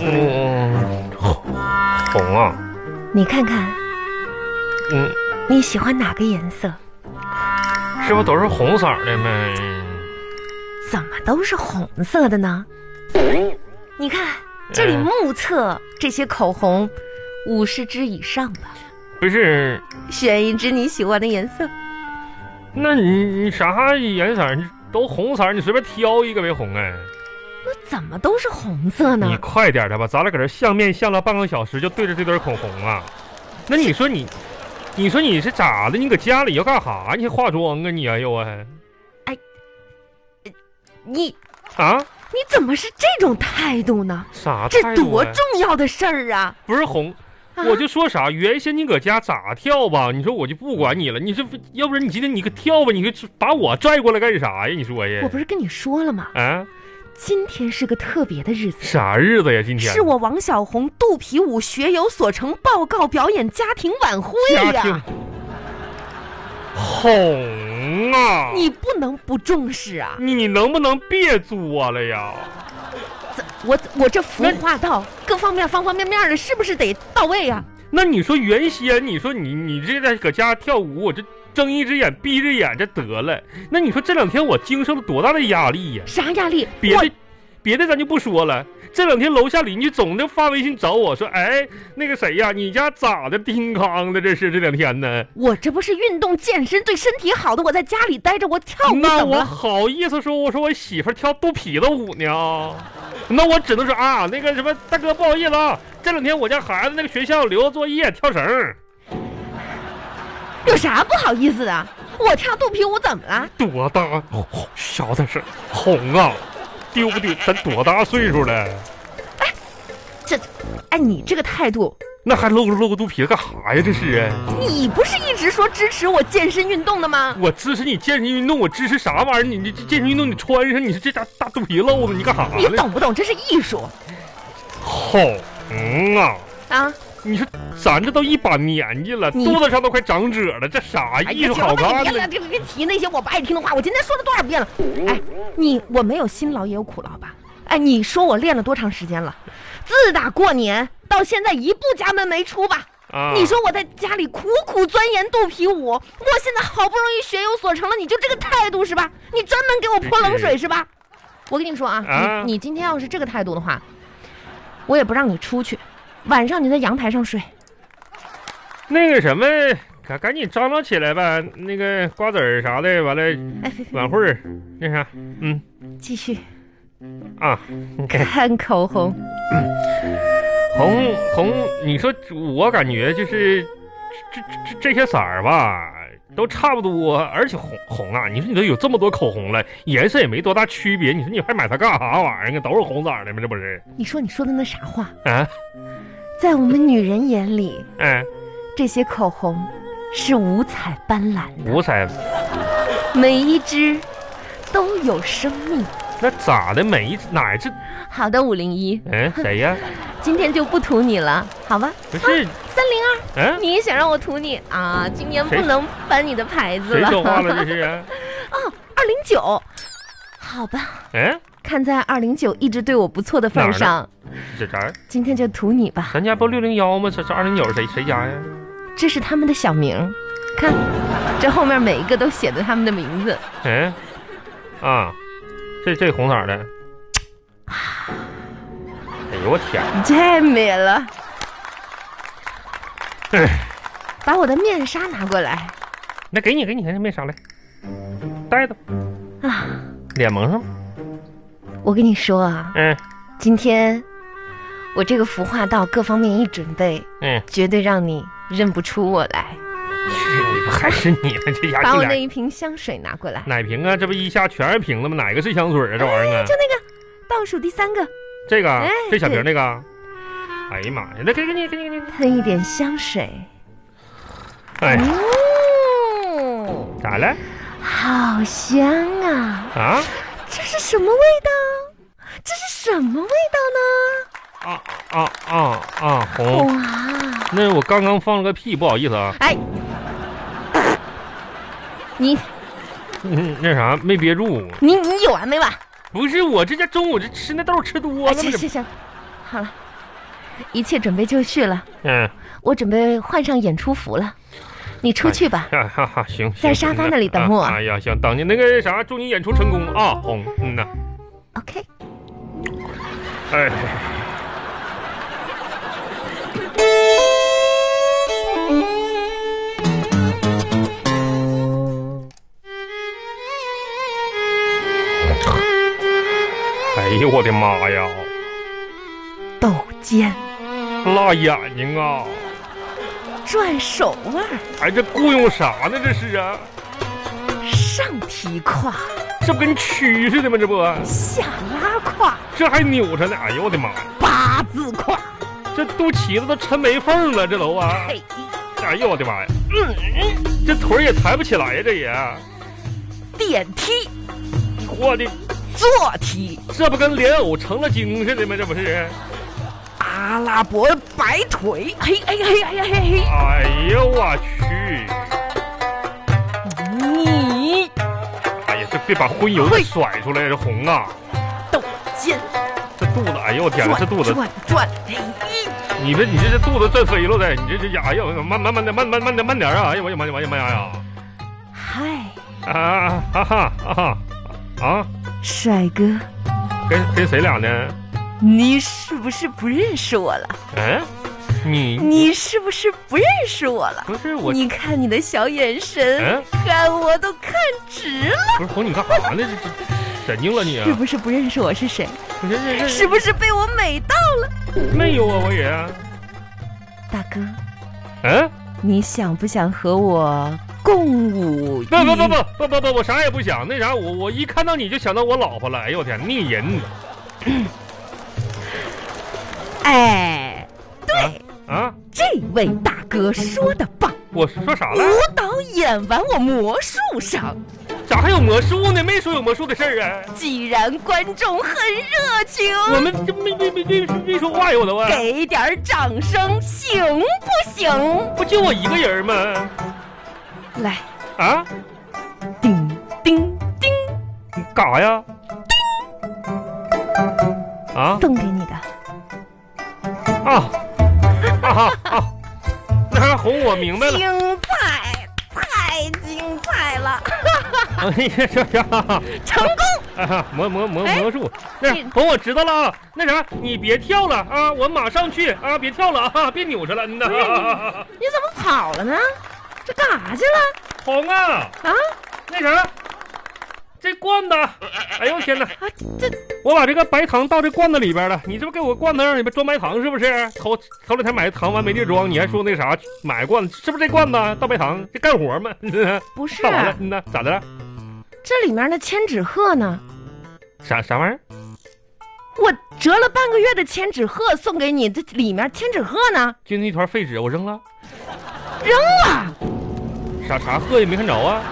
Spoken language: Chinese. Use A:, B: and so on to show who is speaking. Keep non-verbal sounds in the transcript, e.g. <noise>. A: 嗯，红啊，
B: 你看看
A: 嗯，
B: 你喜欢哪个颜色？
A: 是不是都是红色儿的呗？
B: 怎么都是红色的呢？你看这里
A: 嗯
B: 目测这些口红，五十支以上吧，
A: 不是，
B: 选一支你喜欢的颜色。
A: 那你你啥颜色儿？你都红色儿，你随便挑一个没红哎。
B: 怎么都是红色呢
A: 你？快点儿的吧，咱俩搁这相面相了半个小时，就对着这堆口红啊。那你说你，你说你是咋的？你搁家里要干哈？你还化妆啊你？哎呦喂，
B: 你
A: 啊，
B: 你怎么是这种态度呢？
A: 啥
B: 这
A: 态度
B: 多
A: 啊？
B: 重要的事儿啊！
A: 不是红，
B: 啊
A: 我就说啥，原先你搁家咋跳吧？你说我就不管你
B: 嗯
A: 了，你这要不然你今天你个跳吧，你个把我拽过来干啥呀？你说呀
B: 我？不是跟你说了吗？
A: 啊，
B: 今天是个特别的日子，
A: 啥日子呀？今天
B: 是我王小红肚皮舞学有所成报告表演家庭晚会
A: 家
B: 呀、
A: 庭红啊！
B: 你不能不重视啊！
A: 你能不能别作了呀？
B: 怎我我这服
A: 那
B: 化道各方面方方面面的，是不是得到位啊？
A: 那你说原先你说你你这在搁家跳舞，我这睁一只眼闭一只眼，这得了。那你说这两天我经受了多大的压力呀？
B: 啥压力？
A: 别
B: 我
A: 的别的咱就不说了，这两天楼下邻居总的发微信找我说，哎，那个谁呀，你家咋的？挺康的这是这两天呢？
B: 我这不是运动健身对身体好的，我在家里待着，我跳舞
A: 那
B: 怎么
A: 我
B: 了？
A: 好意思说，我说我媳妇儿跳肚皮子舞呢？那我只能说啊，那个什么大哥不好意思啊，这两天我家孩子那个学校留作业跳绳儿，
B: 有啥不好意思的？我跳肚皮舞怎么了？
A: 多大哦小点声，红啊，丢不丢？咱多大岁数了？
B: 哎，你这个态度，
A: 那还露露个肚皮子干啥呀？这是啊
B: 你不是一直说支持我健身运动的吗？
A: 我支持你健身运动，我支持啥玩意儿？你你这健身运动你穿上，你是这家大肚皮露的，你干啥
B: 你
A: 呢？
B: 懂不懂？这是艺术
A: 红啊！
B: 啊！
A: 你说咱这都一把年纪了，
B: 你
A: 肚子上都快长褶了，这啥
B: 哎
A: 艺
B: 呀，
A: 术
B: 行了
A: 好看
B: 吧，你别
A: 呢
B: 别？别别提那些我不爱听的话。我今天说了多少遍了？哎，你我没有辛劳也有苦劳吧？哎，你说我练了多长时间了？自打过年到现在一步家门没出吧？
A: 啊
B: 你说我在家里苦苦钻研肚皮舞，我现在好不容易学有所成了，你就这个态度是吧？你专门给我泼冷水是吧？我跟你说啊，
A: 啊
B: 你你今天要是这个态度的话，我也不让你出去，晚上你在阳台上睡。
A: 那个什么，赶赶紧张罗起来吧，那个瓜子儿啥的，完了
B: 哎，
A: 晚会儿那啥
B: 继续
A: 啊。
B: <laughs> 看口红，
A: 红红，你说我感觉就是这这这这些色儿吧，都差不多，而且红红啊，你说你都有这么多口红了，颜色也没多大区别，你说你还买它干啥玩意儿啊？都是红色儿的吗？这不是
B: 你说你说的那啥话，
A: 啊？
B: 在我们女人眼里，
A: 哎，
B: 这些口红是五彩斑斓的，
A: 五彩，
B: 每一支都有生命。
A: 那咋的？每一哪这？
B: 好的，五零一，
A: 嗯、谁呀？
B: 今天就不涂你了，好吧？
A: 不是，
B: 三零二。
A: 嗯、
B: 你也想让我涂你啊？今年不
A: 谁
B: 能翻你的牌子
A: 谁
B: 了。
A: 说话了？这是？嗯、
B: 二零九，好吧，
A: 哎
B: 看在二零九一直对我不错的份儿
A: 哪
B: 上，
A: 这咱
B: 今天就涂你吧。
A: 咱家不六零幺吗？这这二零九谁谁家呀？
B: 这是他们的小名儿，看，这后面每一个都写着他们的名字。
A: 嗯、啊，这这红色儿的。
B: 啊
A: 哎呦我天！
B: 太美了
A: 哎！
B: 把我的面纱拿过来
A: 那给你，给你，给你，没啥来，带着，
B: 啊！
A: 脸蒙上吧。
B: 我跟你说啊，
A: 嗯
B: 今天我这个服化道各方面一准备，
A: 嗯，
B: 绝对让你认不出我来。
A: 哎还是你们这家
B: 把
A: 伙
B: 我
A: 俩
B: 那一瓶香水拿过来，
A: 奶瓶啊，这不一下全是瓶子吗？哪个是香水啊？这玩意儿啊
B: 就，那个倒数第三个，
A: 这个啊
B: 哎
A: 这小瓶这个啊。哎呀妈呀，那给给你，给你，给你。
B: 喷一点香水。
A: 哎，
B: 嗯，
A: 咋了
B: 好香啊！
A: 啊？
B: 这是什么味道？这是什么味道
A: 啊啊啊啊！红，
B: 呢？哇！
A: 那我刚刚放了个屁，不好意思啊。
B: 哎，你
A: 嗯，那啥没憋住，
B: 你你有完没完？
A: 不是我这家中午这吃那豆吃多
B: 哎，
A: 了吗
B: 行？
A: 这
B: 行行，好了，一切准备就绪了，
A: 嗯，
B: 我准备换上演出服了，你出去吧。
A: 哈哈哈，行，
B: 在
A: 行
B: 沙发那里等
A: 啊
B: 我
A: 哎呀，行，等你那个啥，祝你演出成功啊，红，嗯呐，
B: OK，
A: 哎，哎呦我的妈呀，
B: 抖肩、
A: 辣眼睛啊！
B: 转手腕、
A: 哎，这雇佣啥呢？这是啊，
B: 上提胯、
A: 这不跟蛆似的吗？这不，
B: 下拉胯、
A: 这还扭着呢！哎呦我的妈呀！
B: 八字胯。
A: 这肚脐子都抻没缝了，这都啊！
B: 嘿，
A: 哎呦我的妈呀，嗯，这腿儿也抬不起来呀，这也，
B: 电梯、
A: 我的，
B: 坐梯、
A: 这不跟莲藕成了精似的吗？这不是？
B: 阿拉伯摆腿。嘿嘿嘿嘿嘿嘿嘿，
A: 哎呦我去！
B: 你
A: 哎呀，这别把荤油给甩出来，这红啊！
B: 抖肩
A: 这肚子，哎呦我天哪，
B: 转
A: 这肚子，
B: 转转，嘿，
A: 你这你这这肚子转飞了的，你这这哎呦，慢慢慢点，慢慢慢点慢点啊！哎呦我的妈呀，我的妈呀呀！
B: 嗨，
A: 啊哈哈啊哈啊！
B: 帅哥，
A: 跟跟谁俩呢？
B: 你是不是不认识我了？
A: 嗯，你
B: 你是不是不认识我了？
A: 不是我，
B: 你看你的小眼神
A: 嗯，
B: 看我都看直了，
A: 不是哄你干啥呢？这这神经了你啊嗯
B: 是！不是不认识我是谁？
A: 不是这
B: 是不是被我美到了？
A: 没有啊，我也。
B: 大哥，
A: 嗯，
B: 你想不想和我共舞？
A: 不不不不不不不，我啥也不想。那啥，我我一看到你就想到我老婆了。哎呦我天，腻人！
B: 哎，对，
A: 啊，
B: 这位大哥说的棒，
A: 我说啥了？
B: 舞蹈演完我魔术上。
A: 咋还有魔术呢？没说有魔术的事儿啊！
B: 既然观众很热情，
A: 我们这没没没没没说话呀，我都啊！
B: 给点儿掌声行不行？
A: 不就我一个人吗？
B: 来，
A: 啊，
B: 叮叮叮，
A: 你干啥呀？啊
B: 送给你的。
A: 啊啊啊！那还哄我明白了。
B: 精彩，太精彩了！
A: 哎呀，这这啊
B: 成功，
A: 啊，魔魔魔
B: 哎
A: 魔术，那
B: 你
A: 红我知道了啊。那啥，你别跳了啊，我马上去啊，别跳了啊，别扭着了，嗯呐
B: 不是
A: 啊。
B: 你怎么跑了呢？这干啥去
A: <laughs>
B: 了？
A: 红啊，
B: 啊
A: 那啥，这罐子，哎呦我天哪，
B: 啊，这
A: 我把这个白糖倒这罐子里边了。你这不给我罐子让里边装白糖是不是？头头两天买的糖完没地儿装，你还说那啥买罐子，是不是这罐子倒白糖？这干活吗？ <laughs>
B: 不是
A: 倒
B: 啊
A: 完了，嗯呐，咋的了？
B: 这里面的千纸鹤呢？
A: 啥啥玩意儿？
B: 我折了半个月的千纸鹤送给你，这里面千纸鹤呢？
A: 就那一团废纸，我扔了，
B: 扔了，
A: 啥啥喝也没看着啊。